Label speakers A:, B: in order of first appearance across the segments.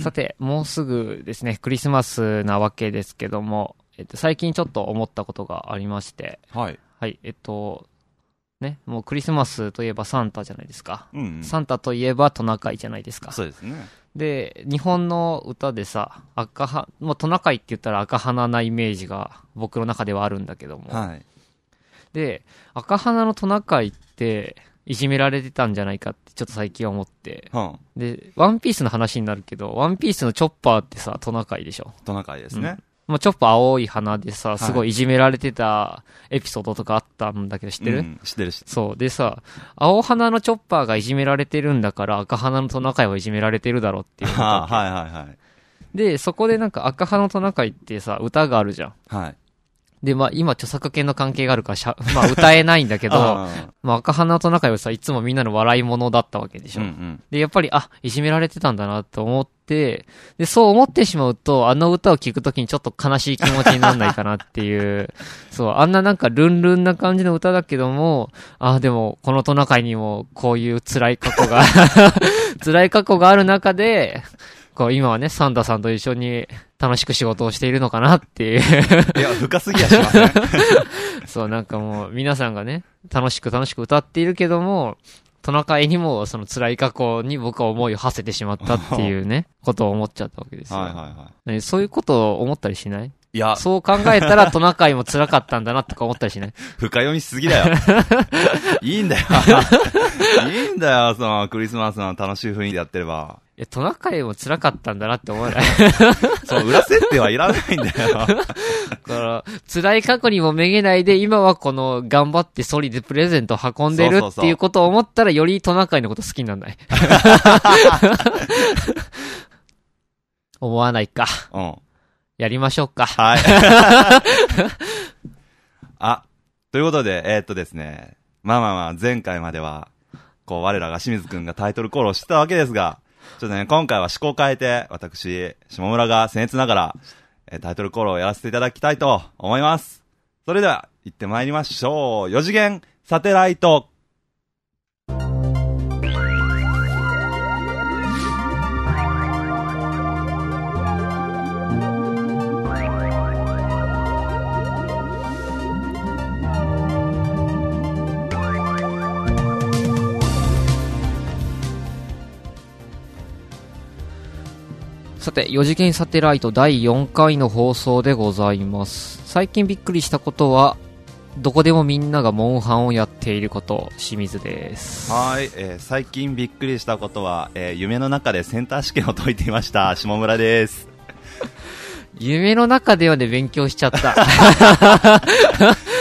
A: さて、もうすぐですね、クリスマスなわけですけども、えっと、最近ちょっと思ったことがありまして、
B: はい。
A: はい、えっと、ね、もうクリスマスといえばサンタじゃないですか。
B: うん、うん。
A: サンタといえばトナカイじゃないですか。
B: そうですね。
A: で、日本の歌でさ、赤は、もうトナカイって言ったら赤鼻なイメージが僕の中ではあるんだけども。
B: はい。
A: で、赤鼻のトナカイって、いじめられてたんじゃないかってちょっと最近思って。
B: は
A: で、ワンピースの話になるけど、ワンピースのチョッパーってさ、トナカイでしょ。
B: トナカイですね。
A: まあ、チョッパー青い鼻でさ、
B: い
A: すごいいじめられてたエピソードとかあったんだけど知ってる、
B: うん知ってるし。
A: そう。でさ、青鼻のチョッパーがいじめられてるんだから、赤鼻のトナカイはいじめられてるだろうっていう。
B: はあ、はいはいはい。
A: で、そこでなんか赤鼻のトナカイってさ、歌があるじゃん。
B: はい。で
A: で、まあ、今著作権の関係があるからしゃ、まあ、歌えないんだけ ど、まあ、赤鼻のトナカイはさ、いつもみんなの笑い物だったわけでし
B: う
A: ょ。
B: んうん。
A: で、やっぱり、あ、いじめられてたんだなと思って、で、そう思ってしまうと、あの歌を聴くときにちょっと悲しい気持ちにならないかなっていう、そう、あんななんかルンルンな感じの歌だけども、あ、でも、このトナカイにもこういう辛い過去が、 辛い過去がある中で、こう、今はね、サンタさんと一緒に楽しく仕事をしているのかなっていう、
B: いや、深すぎやしません。
A: そう、なんかもう、皆さんがね、楽しく楽しく歌っているけども、トナカイにも、その辛い過去に僕は思いを馳せてしまったっていう ね、ことを思っちゃったわけですよ。
B: はいはいは
A: ねそういうことを思ったりし ない
B: い。いや、
A: そう考えたらトナカイも辛かったんだなとか思ったりしない
B: 深読みしすぎだよ。いいんだよ。いいんだよ、その、クリスマスの楽しい雰囲気でやってれば。
A: え、トナカイも辛かったんだなって思わない。
B: そう、裏設定はいらないんだよ。
A: だから、辛い過去にもめげないで、今はこの、頑張ってソリでプレゼントを運んでる
B: そうそう
A: っ
B: そ
A: て
B: う
A: いうことを思ったら、よりトナカイのこと好きになら ない。 思わないか。
B: うん。
A: やりましょうか。
B: はい。あ、ということで、えーっとですね。まあまあまあ、前回までは、こう、我らが清水くんがタイトルコールをしてたわけですが、ちょっとね、今回は思考を変えて、私、下村が僭越ながら、えータイトルコールをやらせていただきたいと思います。それでは、行ってまいりましょう。4次元サテライト。
A: さて、4次元サテライト第4回の放送でございます。最近びっくりしたことは、どこでもみんながモンハンをやっていること、清水です。
B: はい、えー最近びっくりしたことは、えー夢の中でセンター試験を解いていました、下村です。
A: 夢の中ではね、勉強しちゃ った。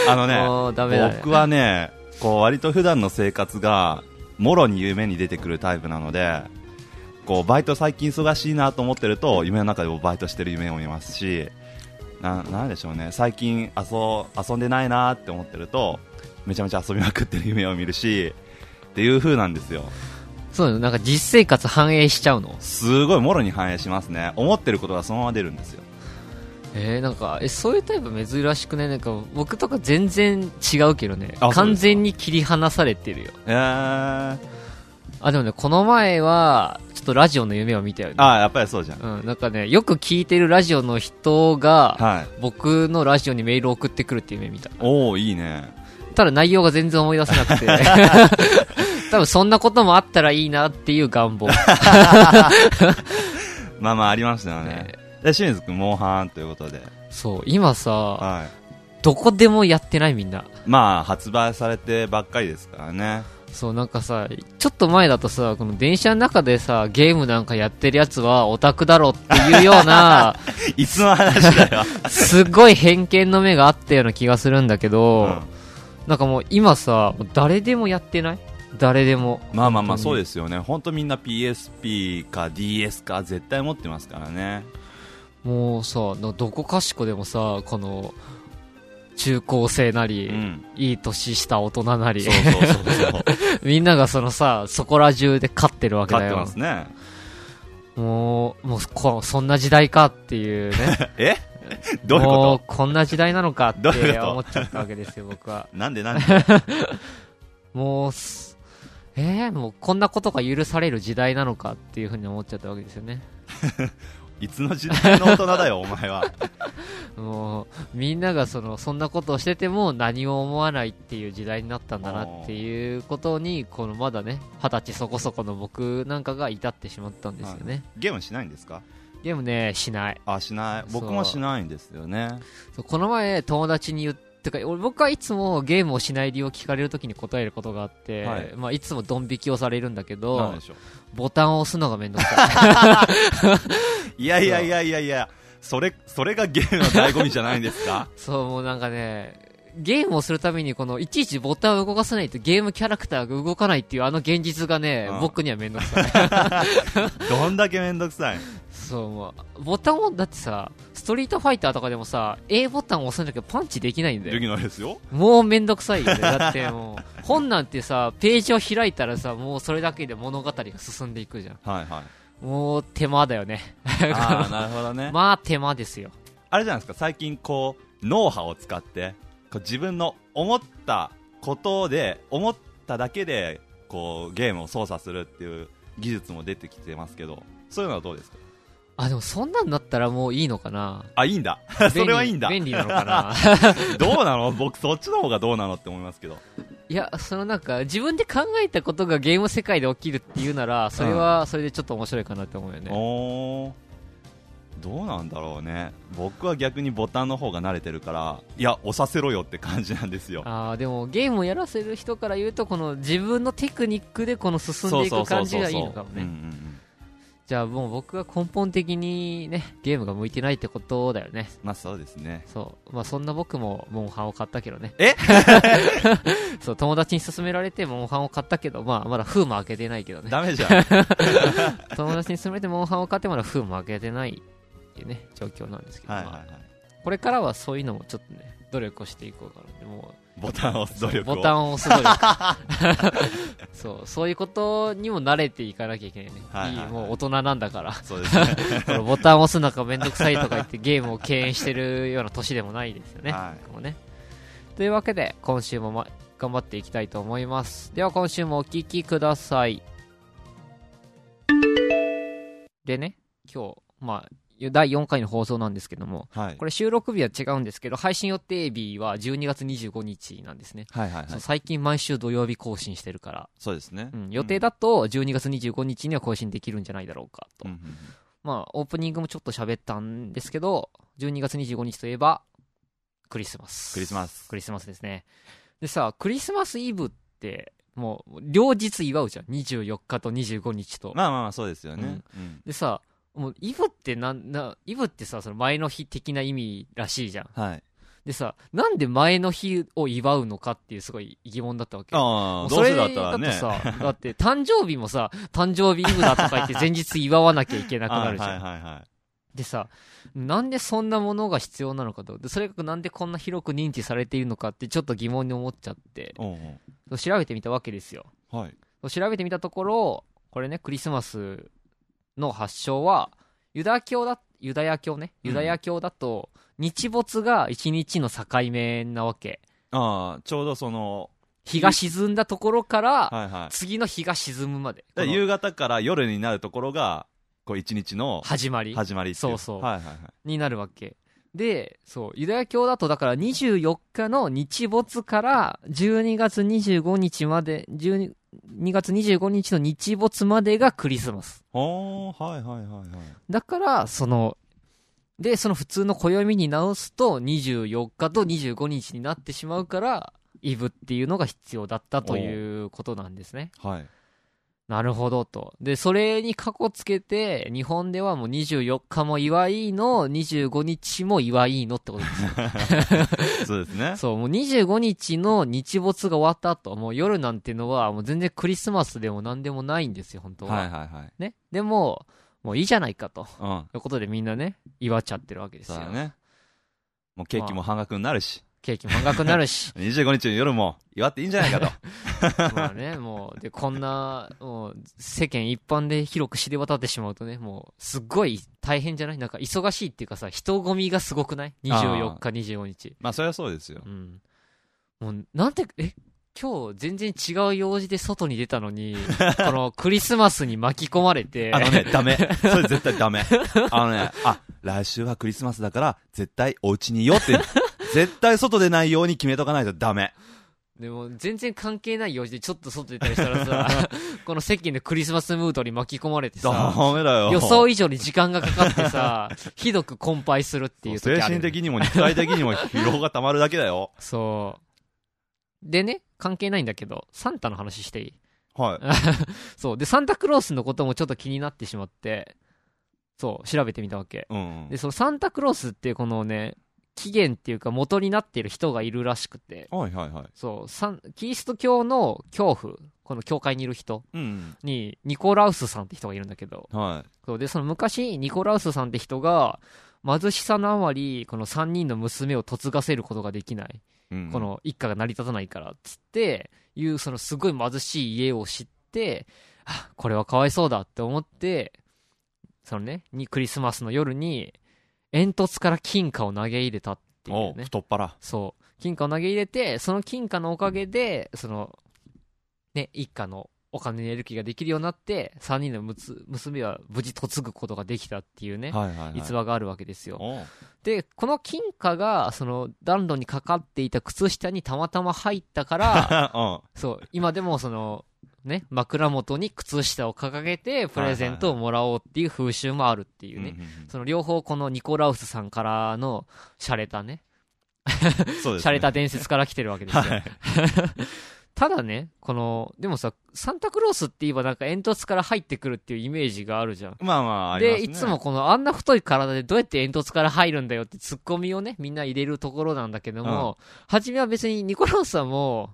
B: あのね、
A: もうダメだね。
B: 僕はねこう割と普段の生活がもろに夢に出てくるタイプなのでこうバイト最近忙しいなと思ってると夢の中でもバイトしてる夢を見ますしななんでしょうね最近遊遊んでないなって思ってるとめちゃめちゃ遊びまくってる夢を見るしっていう風なんですよ
A: そうなのなんか実生活反映しちゃうの
B: すごいもろに反映しますね思ってることがそのまま出るんですよ
A: えー、なんかえそういうタイプ珍しくないなんか僕とか全然違うけどね
B: あそうですか
A: 完全に切り離されてるよ
B: えー、
A: あでもねこの前はちょっとラジオの夢を見たよね
B: あやっぱりそうじゃん
A: うん、なんかねよく聞いてるラジオの人が
B: はい
A: 僕のラジオにメールを送ってくるっていう夢見た
B: おおいいね
A: ただ内容が全然思い出せな くて多分そんなこともあったらいいなっていう願望、
B: まあまあありましたよね、で清水君モンハンということで
A: そう今さ
B: はい
A: どこでもやってないみんな
B: まあ発売されてばっかりですから ね
A: そうなんかさちょっと前だとさこの電車の中でさゲームなんかやってるやつはオタクだろっていうよう な
B: いつの話だよ、
A: すごい偏見の目があったような気がするんだけ
B: う
A: ど、
B: ん
A: なんかもう今さもう誰でもやってない誰でも
B: まあまあまあそう
A: で
B: ですよね本当みんな PSP か DS か絶対持ってますからね
A: すもうさなどこかしこでもさこの中高生な
B: う
A: り、
B: ん
A: いい年した大人なり
B: そうそう そうそう
A: みんながそのさそこら中で勝ってるわけだ
B: 買って
A: よ
B: ますね
A: もうもうこそんな時代かっていうね
B: え どういう
A: もう
B: こ
A: こんな時代なのかって
B: どういうこと
A: 思っちゃったわけですよ、僕は。
B: となんでなんで
A: もうす、えー、もうこんなことが許される時代なのかっていうふうに思っちゃったわけですよね。
B: いつの時代の大人だよ、お前は。
A: もう、みんながその、そんなことをしてても何も思わないっていう時代になったんだなっていうことに、このまだね、二十歳そこそこの僕なんかが至ってしまったんですよね。
B: ゲームしないんですか
A: でもね、しない。
B: あ、しない。僕もしないんですよね。
A: そうこの前、友達に言ってか、俺僕はいつもゲームをしない理由を聞かれるときに答えることがあって、
B: はい
A: い、まあ、いつもドン引きをされるんだけ
B: なん
A: ど
B: で、しょう。
A: ボタンを押すのがめんどくさい。
B: いやいやいやいやいや、それ、それがゲームの醍醐味じゃないんですか
A: そう、もうなんかね、ゲームをするために、この、いちいちボタンを動かさないとゲームキャラクターが動かないっていう、あの現実がね、
B: うん
A: 僕にはめんどくさい。
B: どんだけめんどくさい。
A: そう、もう、ボタンを、だってさ、ストリートファイターとかでもさ、A ボタンを押さなきゃパンチできないんだ
B: で
A: よ。
B: きないですよ。
A: もうめんどくさいよね。だってもう、 本なんてさ、ページを開いたらさ、もうそれだけで物語が進んでいくじゃん。
B: はいはい。
A: もう手間だよね。
B: ああ、なるほどね。
A: まあ手間ですよ。
B: あれじゃないですか、最近こう、脳波を使って、こう自分の思ったことで、思っただけで、こう、ゲームを操作するっていう技術も出てきてますけど、そういうのはどうですか
A: あ、でもそんなんなったらもういいのかな
B: あ、いいんだ。 それはいいんだ。
A: 便利便利なのか な
B: どう なの僕、そっちの方がどうなのって思いますけど。
A: いや、そのなんか、自分で考えたことがゲーム世界で起きるっていうなら、それはそれでちょっと面白いかなって思うよね。
B: おーどうなんだろうね。僕は逆にボタンの方が慣れてるから、いや、押させろよって感じなんですよ。
A: あーでもゲームをやらせる人から言うとこの自分のテクニックでこの進んでいく感じがいいのかも
B: うんう
A: ね
B: んうん
A: じゃあもう僕が根本的にねゲームが向いてないってことだよね
B: まあそうですね。
A: そうまあそんな僕もモンハンを買ったけどね
B: え
A: そう友達に勧められてモンハンを買ったけどまあまだ封も開けてないけどね
B: ダメじゃん。
A: 友達に勧められてモンハンを買ってまだ封も開けてないっていうね状況なんですけど、
B: はいはい
A: ま
B: は
A: あ
B: い。
A: これからはそういうのもちょっとね努力をしていこうかなってもう
B: ボタンを押す努力を。
A: ボタンを押 す努力そうそういうことにも慣れていかなきゃいけないね、
B: はいはいはい
A: いもう大人なんだから
B: そうですね。
A: このボタン押すのがめんどくさいとか言ってゲームを敬遠してるような年でもないです よね,、
B: はい
A: 僕もねというわけで今週も、ま、頑張っていきたいと思いますでは今週もお聴きくださいでね今日まあ第4回の放送なんですけども
B: はい。
A: これ収録日は違うんですけど配信予定日は12月25日なんですね
B: はいはいは
A: そ。
B: いう
A: 最近毎週土曜日更新してるから、
B: そうですね。
A: うん、予定だと12月25日には更新できるんじゃないだろうかと、
B: うんうんうん
A: まあオープニングもちょっと喋ったんですけど12月25日といえばクリスマス
B: クリスマス
A: ク。リスマスですねでさクリスマスイブってもう両日祝うじゃん24日と25日と、
B: まあまあまあ、そうですよね。うん
A: でさもうイブってなんなイブってさその前の日的な意味らしいじゃん
B: はい。
A: でさなんで前の日を祝うのかっていうすごい疑問だったわけ
B: あ
A: も
B: あ、
A: う
B: ど
A: そうれ
B: せだ
A: だ
B: ったら
A: と
B: ね。
A: さ、だって誕生日もさ、誕生日イブだとか言って前日祝わなきゃいけなくなるじゃん。
B: はいはいはいはい。
A: でさ、なんでそんなものが必要なのかと。でそれがなんでこんな広く認知されているのかってちょっと疑問に思っちゃって、
B: おう
A: 調べてみたわけですよ。
B: おうはい。
A: 調べてみたところ、これね、クリスマスの発祥は、ユダヤ教だ、ユダヤ教ね、
B: うん
A: ユダヤ教だと、日没が一日の境目なわけ。
B: ああ、ちょうどその、
A: 日が沈んだところから、
B: はいはい。
A: 次の日が沈むまで。
B: で
A: この
B: 夕方から夜になるところが、こう、一日の
A: 始まり
B: 始まりってい
A: そうそう
B: はいはいはい。
A: になるわけでそうユダヤ教だとだから24日の日没から12月25日まで12 2月25日の日没までがクリスマス
B: おー、はいはいはいはい。
A: だからそのでその普通の暦に直すと24日と25日になってしまうからイブっていうのが必要だったということなんですね
B: はい。
A: なるほどと。で、それに過去つけて、日本ではもう24日も祝いの、25日も祝いのってこと ですよ。
B: そうですね。
A: そう、もう25日の日没が終わった後、もう夜なんてのは、もう全然クリスマスでも何でもないんですよ、本当は。
B: はいはいはい。
A: ね。でも、もういいじゃないかと。
B: うん。
A: ということでみんなね、祝っちゃってるわけです
B: そう
A: よ。
B: だね。もうケーキも半額になるし、。
A: ケーキも半額になるし
B: 25日の夜も祝っていいんじ ゃないかと。
A: まあね、もう、で、こんな、もう、世間一般で広く知れ渡ってしまうとね、もう、すっごい大変じゃないなんか忙しいっていうかさ、人混みがすごくない ?24 日、25日。
B: まあ、それはそうですよ
A: う。ん。もう、なんて、え、今日全然違う用事で外に出たの に、このクリスマスに巻き込まれて、
B: あのね、ダメ。それ絶対ダメ。あのね、あ、来週はクリスマスだから、絶対お家にいようって、 絶対外出ないように決めとかないとダメ。
A: でも全然関係ない用事でちょっと外出たりしたらさ、 この世間のクリスマスムードに巻き込まれて
B: ダ
A: さ、
B: メだよ。
A: 予想以上に時間がかかってさ、ひどく困憊するっていう時あ
B: 精
A: る
B: 神的にも肉体的にも疲労が溜まるだけだよ。
A: そう。でね、関係ないんだけど、サンタの話してい い
B: はい。
A: そう。で、サンタクロースのこともちょっと気になってしまって、そう、調べてみたわけ。
B: うん。
A: で、そのサンタクロースっていうこのね、起源っていうか元になっている人がいるらしくて、
B: はいはいはい。
A: そう、サンキリスト教の教父、この教会にいる人
B: うん。
A: に、ニコラウスさんって人がいるんだけど、
B: は
A: そうで、その昔、ニコラウスさんって人が、貧しさのあまり、この3人の娘を嫁がせることができない。
B: い。うん
A: こ、の一家が成り立たないからっつっていうそのすごい貧しい家を知ってあこれはかわいそうだって思ってそのねにクリスマスの夜に煙突から金貨を投げ入れたってい
B: お
A: う
B: う
A: ね
B: 太っ腹。
A: そう金貨を投げ入れてその金貨のおかげでそのね一家のお金にやる気ができるようになって3人のむつ娘は無事嫁ぐことができたっていうね、
B: はいはいはい。
A: 逸話があるわけですよ
B: おう。
A: で、この金貨が、その、暖炉にかかっていた靴下にたまたま入ったから、そう、今でもその、ね、枕元に靴下を掲げて、プレゼントをもらおうっていう風習もあるっていううんね。
B: うん
A: その両方このニコラウスさんからの、洒落たね、
B: うんそうです。
A: 洒落た。伝説から来てるわけですよ。
B: はい。
A: ただね、この、でもさ、サンタクロースって言えばなんか煙突から入ってくるっていうイメージがあるじゃん。
B: まあまあ、ありま
A: です
B: ね
A: いつも。このあんな太い体でどうやって煙突から入るんだよってツッコミをねみんな入れるところなんだけども、初めは別にニコラウスさんも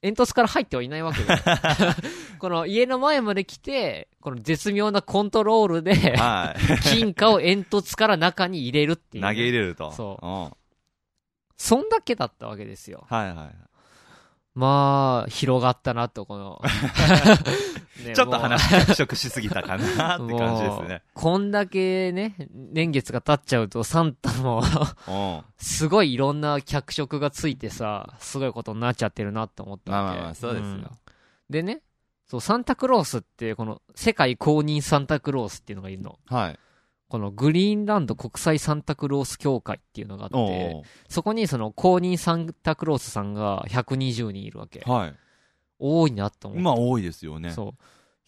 A: 煙突から入ってはいないわけ だよこの家の前まで来てこの絶妙なコントロールで
B: はい。
A: 金貨を煙突から中に入れるってい
B: 投
A: う
B: げ
A: ね、
B: 入れると。
A: そう
B: うん。は
A: そんだけだったわけですよ
B: いはい。
A: まあ広がったなとこ のね
B: ちょっ
A: も
B: と
A: う
B: 話着色しすぎたかなって感じですね。
A: こんだけね、年月が経っちゃうと、サンタも、
B: うん。
A: すごいいろんな脚色がついてさ、すごいことになっちゃってるなって思った
B: まあ
A: わ
B: まあ
A: け。
B: まあ、そうです
A: ん
B: よ。
A: でね、そう、サンタクロースって、この、世界公認サンタクロースっていうのがいるの。
B: はい。
A: この、グリーンランド国際サンタクロース協会っていうのがあっ
B: お
A: て、そこにその、公認サンタクロースさんが120人いるわけ
B: ー。はい。
A: 多いなと思って。
B: 今多いですよね。
A: そう。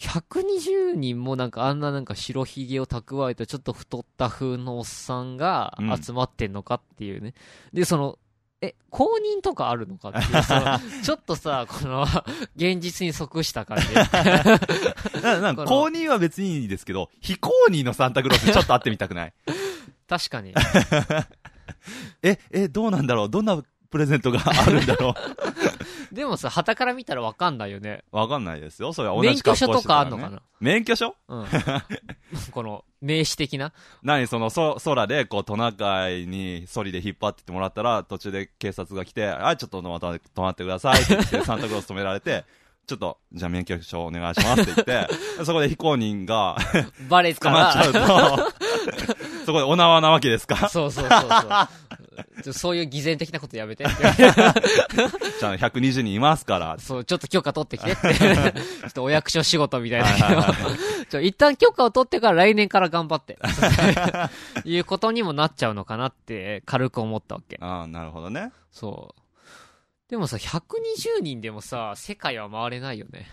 A: 120人もなんかあんななんか白ひげを蓄えたちょっと太った風のおっさんが
B: うん
A: 集まってんのかっていうね。で、その、え、公認とかあるのかっていう、そ のちょっとさ、この、現実に即した 感じ。
B: ななんか
A: この
B: 公認は別にいいですけど、非公認のサンタクロースちょっと会ってみたくない
A: 確かに。
B: え、え、どうなんだろうどんなプレゼントがあるんだろ
A: でもさ、旗から見たらわかんないよね。
B: うわかんないですよ。それは同
A: 免
B: じ格好
A: 許
B: し
A: 証
B: てたら、ね、
A: とかあんのかな
B: 免許証
A: うん。 この、名詞的な。
B: 何その、そ、空で、こう、トナカイに、ソリで引っ張ってってもらったら、途中で警察が来て、あ、ちょっと、また、止まってくださいって 言って、サンタクロース止められて、ちょっと、じゃあ免許証お願いしますって言って、 そこで非公認が
A: バレた
B: 捕まっち
A: ら、
B: ゃうと、そこでお縄なわけですか
A: そうそうそうそうちょ。そういう偽善的なことやめて。
B: じゃあ120人いますから。
A: そう、ちょっと許可取ってきて って。ちょっとお役所仕事みたい
B: はいはい
A: なけど。 ちょ、一旦許可を取ってから来年から頑張って。 いうことにもなっちゃうのかなって、軽く思ったわけ。
B: ああ、なるほどね。
A: そう。でもさ、120人でもさ、世界は回れないよね。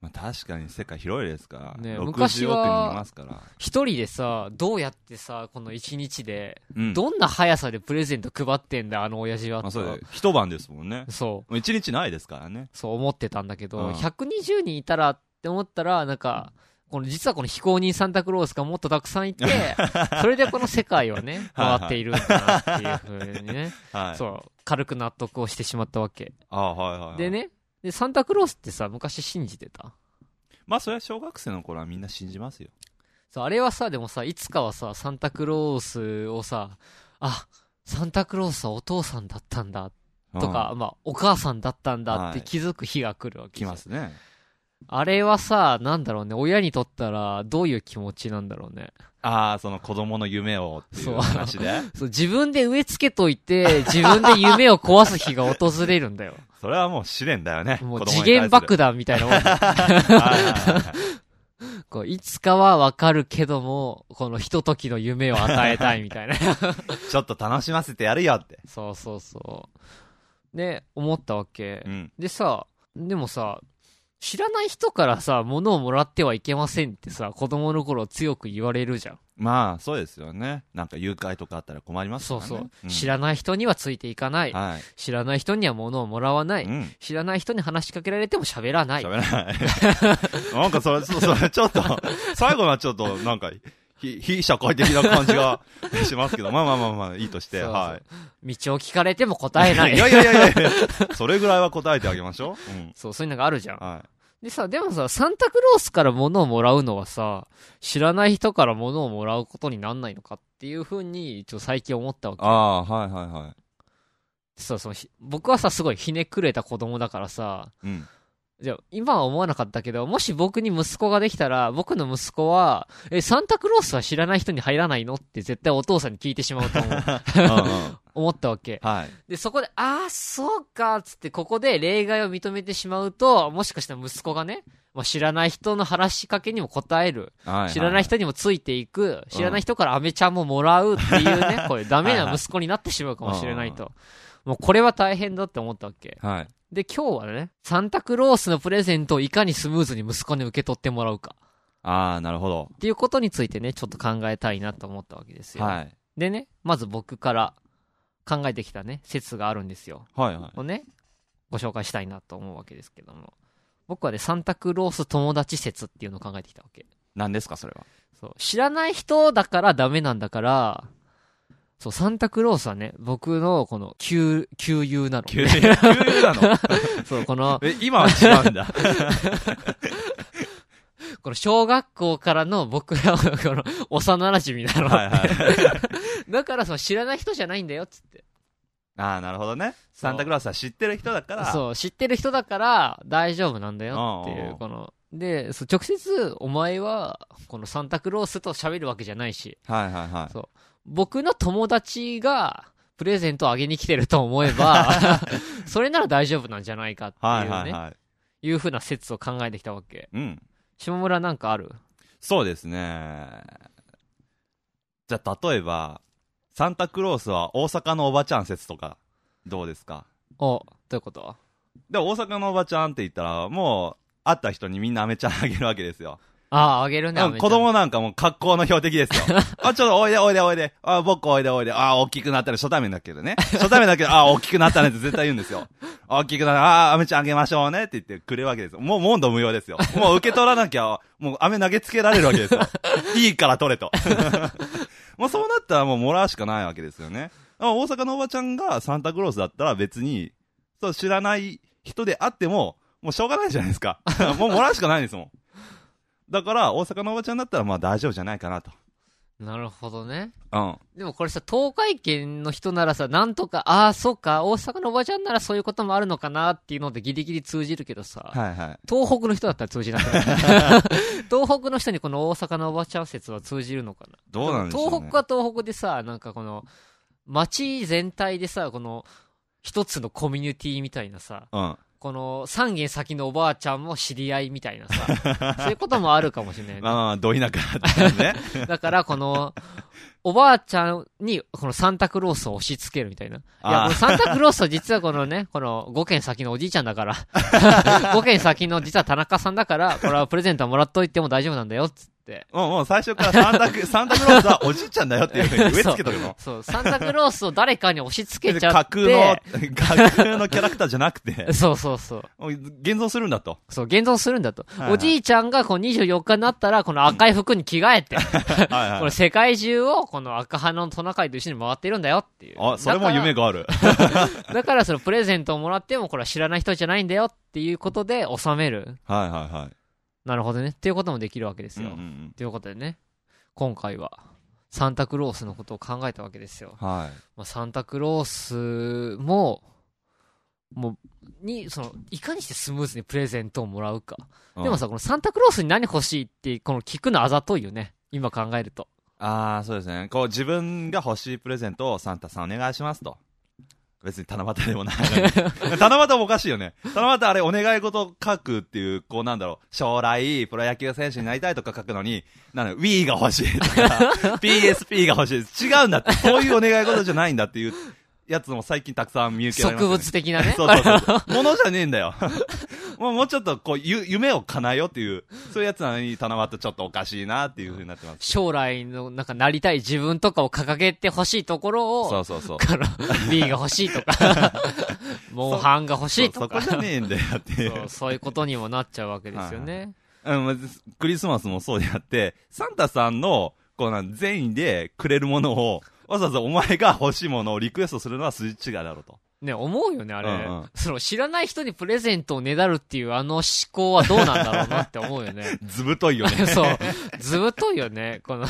B: まあ、確かに世界広いですから。
A: ね
B: 60億
A: 昔
B: 人い
A: は
B: ますから。
A: 一人でさ、どうやってさ、この一日で、
B: うん。
A: どんな速さでプレゼント配ってんだ、あの親父は
B: まあ、
A: と。
B: そうです一晩ですもんね。
A: そう。
B: もう一日ないですからね。
A: そう思ってたんだけど、
B: うん
A: 120人いたらって思ったら、なんか、この実はこの非公認サンタクロースがもっとたくさんい て、それでこの世界はね、
B: はい
A: 回っているんだなっていうふうにね、
B: はい。
A: そう、軽く納得をしてしまったわけ。
B: ああ、はいはい、はい。
A: で。ね、で、サンタクロースってさ、昔信じてた
B: まあ、それは小学生の頃はみんな信じますよ。
A: そう、あれはさ、でもさ、いつかはさ、サンタクロースをさ、あ、サンタクロースはお父さんだったんだとか、まあ、お母さんだったんだって気づく日が来るわけ
B: 来
A: じゃん
B: ますね。
A: あれはさ、なんだろうね、親にとったらどういう気持ちなんだろうね。
B: ああ、その子供の夢をっていう話で。
A: そう、自分で植え付けといて、自分で夢を壊す日が訪れるんだ よ。
B: それはもう試練だよね。
A: もう
B: 子供
A: 次
B: に対する
A: 元爆弾みたいなもん だよ
B: はいはいはい
A: こういつかはわかるけども、このひとときの夢を与えたいみたい な。
B: ちょっと楽しませてやるよって。
A: そうそうそう。ね、思ったわけ。
B: うん。
A: でさ、でもさ、知らない人からさ、物をもらってはいけませんってさ、子供の頃強く言われるじゃん。
B: まあ、そうですよね。なんか誘拐とかあったら困りますか
A: そう
B: らね。
A: そう。
B: ん
A: 知らない人にはついていかない。
B: はい。
A: 知らない人には物をもらわない。
B: うん。
A: 知らない人に話しかけられても喋らない。
B: 喋らない。 なんかそれ、そそれちょっと、最後のはちょっと、なんか、非非社会的な感じがしますけど、まあまあまあまあ、いいとして、
A: そうそう
B: はい。
A: 道を聞かれても答えない。
B: やいやいやいやいやそれぐらいは答えてあげましょう。うん。
A: そう、そういうのがあるじゃん。
B: はい。
A: でさ、でもさ、サンタクロースから物をもらうのはさ、知らない人から物をもらうことになんないのかっていうふうに、一応最近思ったわけ。
B: ああ、はいはいは
A: そうそう、ひ僕はさ、すごいひねくれた子供だからさ、
B: い。うん。
A: じゃあ今は思わなかったけど、もし僕に息子ができたら、僕の息子は、え、サンタクロースは知らない人に入らないのって絶対お父さんに聞いてしまうと思う
B: うんうん
A: 思ったわけ。
B: はい。
A: で、そこで、ああ、そうか、つって、ここで例外を認めてしまうと、もしかしたら息子がね、まあ、知らない人の話しかけにも答える。
B: は
A: 知らない人にもついていく。知らない人からアメちゃんももらうっていうね、これダメな息子になってしまうかもしれないと。もうこれは大変だって思ったわけ。
B: はい。
A: で、今日はね、サンタクロースのプレゼントをいかにスムーズに息子に受け取ってもらうか。
B: ああ、なるほど。
A: っていうことについてね、ちょっと考えたいなと思ったわけですよ。
B: はい。
A: でね、まず僕から考えてきたね、説があるんですよ。
B: はいはい。
A: をね、ご紹介したいなと思うわけですけども。僕はね、サンタクロース友達説っていうのを考えてきたわけ。
B: 何ですか、それは。
A: そう。知らない人だからダメなんだから、そう、サンタクロースはね、僕のこの、旧、旧友なの。
B: 急に、急になの
A: そう、この、
B: え、今は違 うんだ。
A: この小学校からの僕らのこの、幼馴染みなの。
B: はいはい。
A: だからその知らない人じゃないんだよ、つって。
B: ああ、なるほどね。サンタクロースは知ってる人だから。
A: そう、知ってる人だから大丈夫なんだよって
B: うん
A: い
B: うんう
A: う、
B: ん
A: この、で、そう直接お前は、このサンタクロースと喋るわけじゃないし、
B: はいはいは
A: 僕の友達がプレゼントをあげに来てると思え ば、それなら大丈夫なんじゃないかって
B: い。はいいうはい
A: ね、
B: はい。
A: いうふうな説を考えてきたわけ。
B: うん。
A: 下村なんかある
B: そうですね。じゃあ、例えば、サンタクロースは大阪のおばちゃん説とか、どうですか
A: お、どういうこと
B: で、大阪のおばちゃんって言ったら、もう、会った人にみんなアメちゃんあげるわけですよ。
A: ああ、あげるね。
B: う
A: アメ
B: ん
A: ちゃ
B: 子
A: ん
B: 供なんかもう格好の標的で すよ。あ、ちょっとおいでおいでおいで。あ、僕おいでおいで。あ、大きくなったら初対面だけどね。初対面だけど、あ、大きくなったねって絶対言うんですよ。大きくなったら、あ、アメちゃんあげましょうねって言ってくれるわけですよ。もう問答無用ですよ。もう受け取らなきゃ、もうアメ投げつけられるわ けですよ。いいから取れと。 もうそうなったらもうもらうしかないわけですよね。だから大阪のおばちゃんがサンタクロースだったら別に、そう知らない人であっても、もうしょうがないじゃないですか。 もうもらうしかないんですもん。だから、大阪のおばちゃんだったら、まあ大丈夫じゃないかなと。
A: なるほどね。
B: うん。
A: でもこれさ、東海圏の人ならさ、なんとか、ああ、そうか、大阪のおばちゃんならそういうこともあるのかなっていうのでギリギリ通じるけどさ、
B: はいはい。
A: 東北の人だったら通じなくない 東北の人にこの大阪のおばちゃん説は通じるのかな
B: どうなんでしょう、ね。
A: 東北は東北でさ、なんかこの、街全体でさ、この、一つのコミュニティみたいなさ、
B: うん。
A: この三軒先のおばあちゃんも知り合いみたいな さ、そういうこともあるかもしれない
B: ま
A: ね
B: あ。まあ、ど田舎って 感じね。
A: だから、この、おばあちゃんに、このサンタクロースを押し付けるみたいな。いや、
B: あー
A: このサンタクロースは実はこのね、この5軒先のおじいちゃんだ から、5軒先の実は田中さんだから、これはプレゼントはもらっといても大丈夫なんだよ、つって。
B: もう、もう最初からサン タク、サンタクロースはおじいちゃんだよっていうふうに植え付けとくの。
A: そう、サンタクロースを誰かに押し付けちゃって。
B: 架空の、架空のキャラクターじゃな くて、
A: そうそうそう。
B: もう現像するんだと。
A: そう、現存するんだと。
B: はいはい
A: おじいちゃんがこう24日になったら、この赤い服に着替えて、
B: はい
A: こ
B: は
A: れ
B: い。
A: 世界中をこの赤派のトナカイと一緒に回ってるんだよっていう。
B: あ、それも夢
A: が。
B: がある。
A: だからそのプレゼントをもらっても、これは知らない人じゃないんだよっていうことで収める。
B: はいはいはい。
A: なるほどね。っていうこともできるわけですよ。
B: うんうんうん
A: ということでね、今回は。サンタクロースのことを考えたわけですよ。
B: はい。
A: まあ、サンタクロースも、もう、に、その、いかにしてスムーズにプレゼントをもらうか。
B: うん
A: でもさ、このサンタクロースに何欲しいって、この聞くのあざといよね。今考えると。
B: ああ、そうですね。こう、自分が欲しいプレゼントをサンタさんお願いしますと。別に七夕でもないの に。七夕もおかしいよね。七夕あれ、お願い事書くっていう、こうなんだろう、将来、プロ野球選手になりたいとか書くのに、なの、Wii が欲しいと か、PSP が欲しいです。違うんだって、そういうお願い事じゃないんだっていうやつも最近たくさん見受けられます
A: 植
B: よね、
A: 物的なね。
B: そうそうそう。物じゃねえんだよ。 もうもうちょっとこう、ゆ、夢を叶えようっていう、そういうやつなのに七夕ちょっとおかしいなっていう風になってます。
A: 将来の、なんかなりたい自分とかを掲げてほしいところを、
B: そうそうそう。
A: から B が欲しいとか、 モンハンが欲しい
B: そ
A: とか。
B: うそこじゃねえんだよってい
A: そうう、そういうことにもなっちゃうわけですよね。
B: うんまあクリスマスもそうであって、サンタさんの、こうなん、善意でくれるものを、わざわざお前が欲しいものをリクエストするのは筋違いだろうと。
A: ね、思うよね、あれ、
B: うんうん。
A: その、知らない人にプレゼントをねだるっていうあの思考はどうなんだろうなって思うよね
B: ずぶといよね。
A: そう。ずぶといよね。この、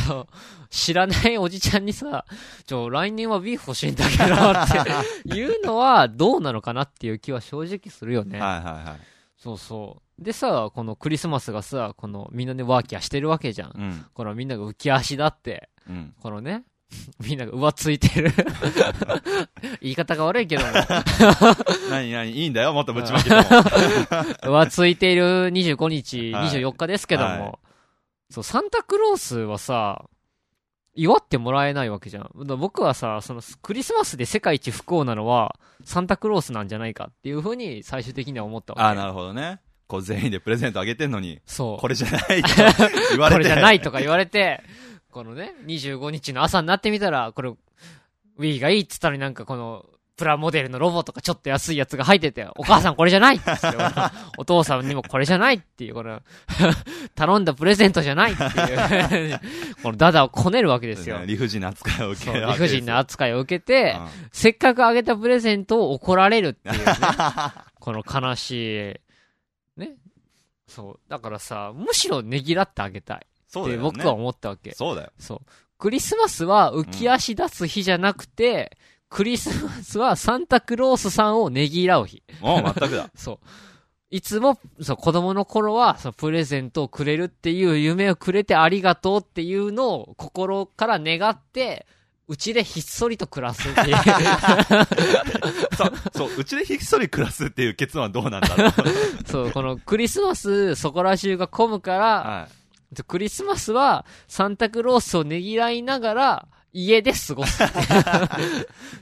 A: 知らないおじちゃんにさ、ちょ、来年は B 欲しいんだけどって いうのはどうなのかなっていう気は正直するよ ね。
B: はいはいはい。
A: そうそう。でさ、このクリスマスがさ、このみんなでワーキャーしてるわけじゃん。
B: うん。
A: このみんなが浮き足だって、
B: うん。
A: このね、 みんなが浮ついてる。 言い方が悪いけども、
B: 何何いいんだよ、もっとぶちま けても。
A: 浮ついている25日、
B: はい
A: 24日ですけども、
B: は
A: そう、サンタクロースはさ、祝ってもらえないわけじゃん。だから僕はさ、そのクリスマスで世界一不幸なのは、サンタクロースなんじゃないかっていうふうに最終的には思ったわけ。
B: ああ、なるほどね。こう、善意でプレゼントあげてんのに、
A: そう。
B: これじゃないと言われ
A: こ
B: て。
A: れじゃないとか言われて、このね、25日の朝になってみたら、これ、Wii がいいっつったのになんかこの、プラモデルのロボとかちょっと安いやつが入ってて、お母さんこれじゃないっつって、 俺はお父さんにもこれじゃないっていう、この、 頼んだプレゼントじゃないっていう、 このダダをこねるわけですよ。
B: 理不尽な扱いを
A: そ
B: 受け
A: う
B: る
A: 理
B: わけ
A: 不
B: ですよ
A: 尽な扱いを受けて、
B: うん
A: せっかくあげたプレゼントを怒られるって いうね。この悲しい。ね。そう。だからさ、むしろねぎらってあげたい。
B: そ
A: っ
B: うだ
A: て
B: よ、ね。
A: 僕は思ったわけ。
B: そうだよ。
A: そう。クリスマスは浮き足立つ日じゃなくて、クリスマスはサンタクロースさんをねぎらう日。
B: もう全くだ。
A: そう。いつも、そう、子供の頃は、そのプレゼントをくれるっていう夢をくれてありがとうっていうのを心から願って、うちでひっそりと暮らすって いう。
B: そう、そう、うちでひっそり暮らすっていう結論はどうなんだろう。
A: そう、このクリスマス、そこら中が混むから、
B: はい。
A: クリスマスはサンタクロースをねぎらいながら、家で過ごす
B: まあ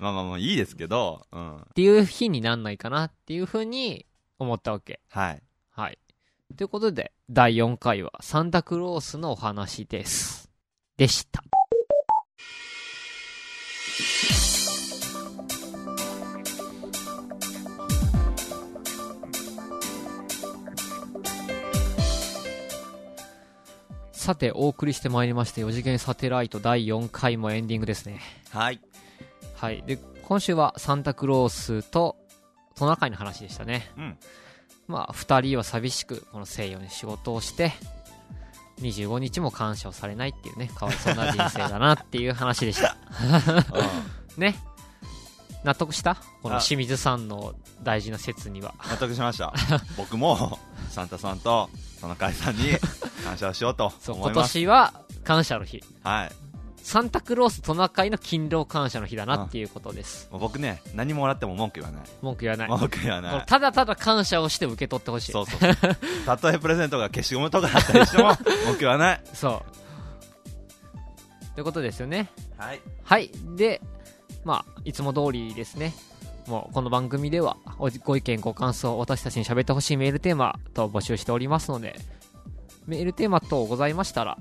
B: まあまあ、いいですけど、うん
A: っ。ていう日になんないかなっていうふうに思ったわけ。
B: はい。
A: はい。ということで、第4回はサンタクロースのお話です。でした。さて、お送りしてまいりました4次元サテライト第4回もエンディングですね。
B: はい。
A: はい、で今週はサンタクロースとトナカイの話でしたね、
B: うん
A: まあ、2人は寂しくこの西洋に仕事をして25日も感謝をされないっていうねかわいそうな人生だなっていう話でした ね納得したこの清水さんの大事な説には
B: 納得し ました。僕も、サンタさんと、その会さんに、 感謝をしようと
A: そう
B: 思
A: 今
B: います。
A: 年は感謝の日
B: はい。
A: サンタクローストナカイの勤労感謝の日だなっていうことです
B: もう僕ね、何もらっても文句言わない。
A: 文句言わない
B: 文句言わな
A: こ
B: い
A: れ。ただただ感謝をして受け取ってほしい
B: そうそうそう。たとえプレゼントが消しゴムとかだったりし ても、文句言わない。
A: そう。ということですよね。
B: はい。
A: はい。で、まあ、いつも通りですね。もう、この番組では、おご意見、ご感想、私たちに喋ってほしいメールテーマと募集しておりますので、メールテーマ等ございましたら、ん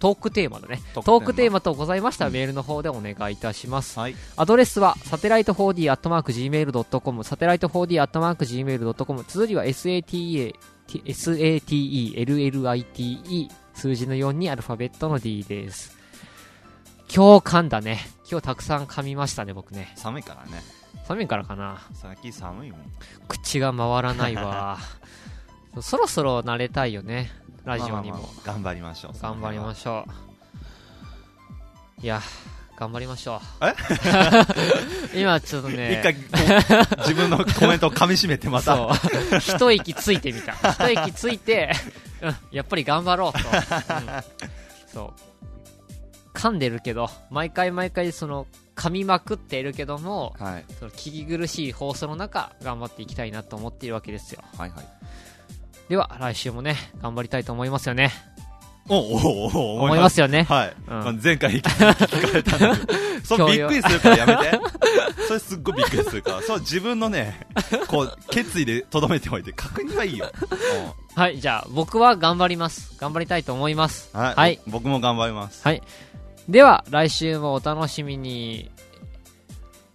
A: トークテーマだね。
B: ト
A: トークテーマ等ございましたら、メールの方でお願いいたします。
B: はい。
A: アドレスは、サテライト 4d.gmail.com、サテライト 4d.gmail.com、綴りは SATA、SATELLITE、数字の4にアルファベットの D です。今日噛んだね。今日たくさん噛みましたね、僕ね。
B: 寒いからね。
A: 寒いからかな。
B: 最近寒いもん。
A: 口が回らない わ。そろそろ慣れたいよね、ラジオに
B: まあまあ
A: も。
B: まあ頑張りましょう。
A: 頑張りま
B: し
A: しょう。いや、頑張りましょう。え 今ちょっとね、
B: 一回、こ う自分のコメントを噛み締めてまた。
A: そう一息ついてみた一息ついて、うん、やっぱり頑張ろうと、うんそう噛んでるけど毎回毎回その噛みまくっているけども
B: はい。
A: その聞き苦しい放送の中頑張っていきたいなと思っているわけですよ
B: はいはい。
A: では来週もね頑張りたいと思いますよね
B: おおおお
A: 思いますよね
B: はい。
A: ん
B: まあ前回聞かれたん だけど、それびっくりするからや めて。それすっごいびっくりするから、そう自分のね、こう、決意でとどめておいて、確認はいいよ。
A: はいじゃあ僕は頑張ります頑張りたいと思います
B: うんはい。
A: はい
B: 僕も頑張ります。
A: はい。では、来週もお楽しみに。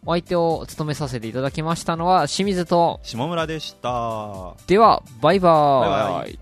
A: お相手を務めさせていただきましたのは清水と。
B: 下村でした。
A: では、バイバー
B: バイバ
A: イ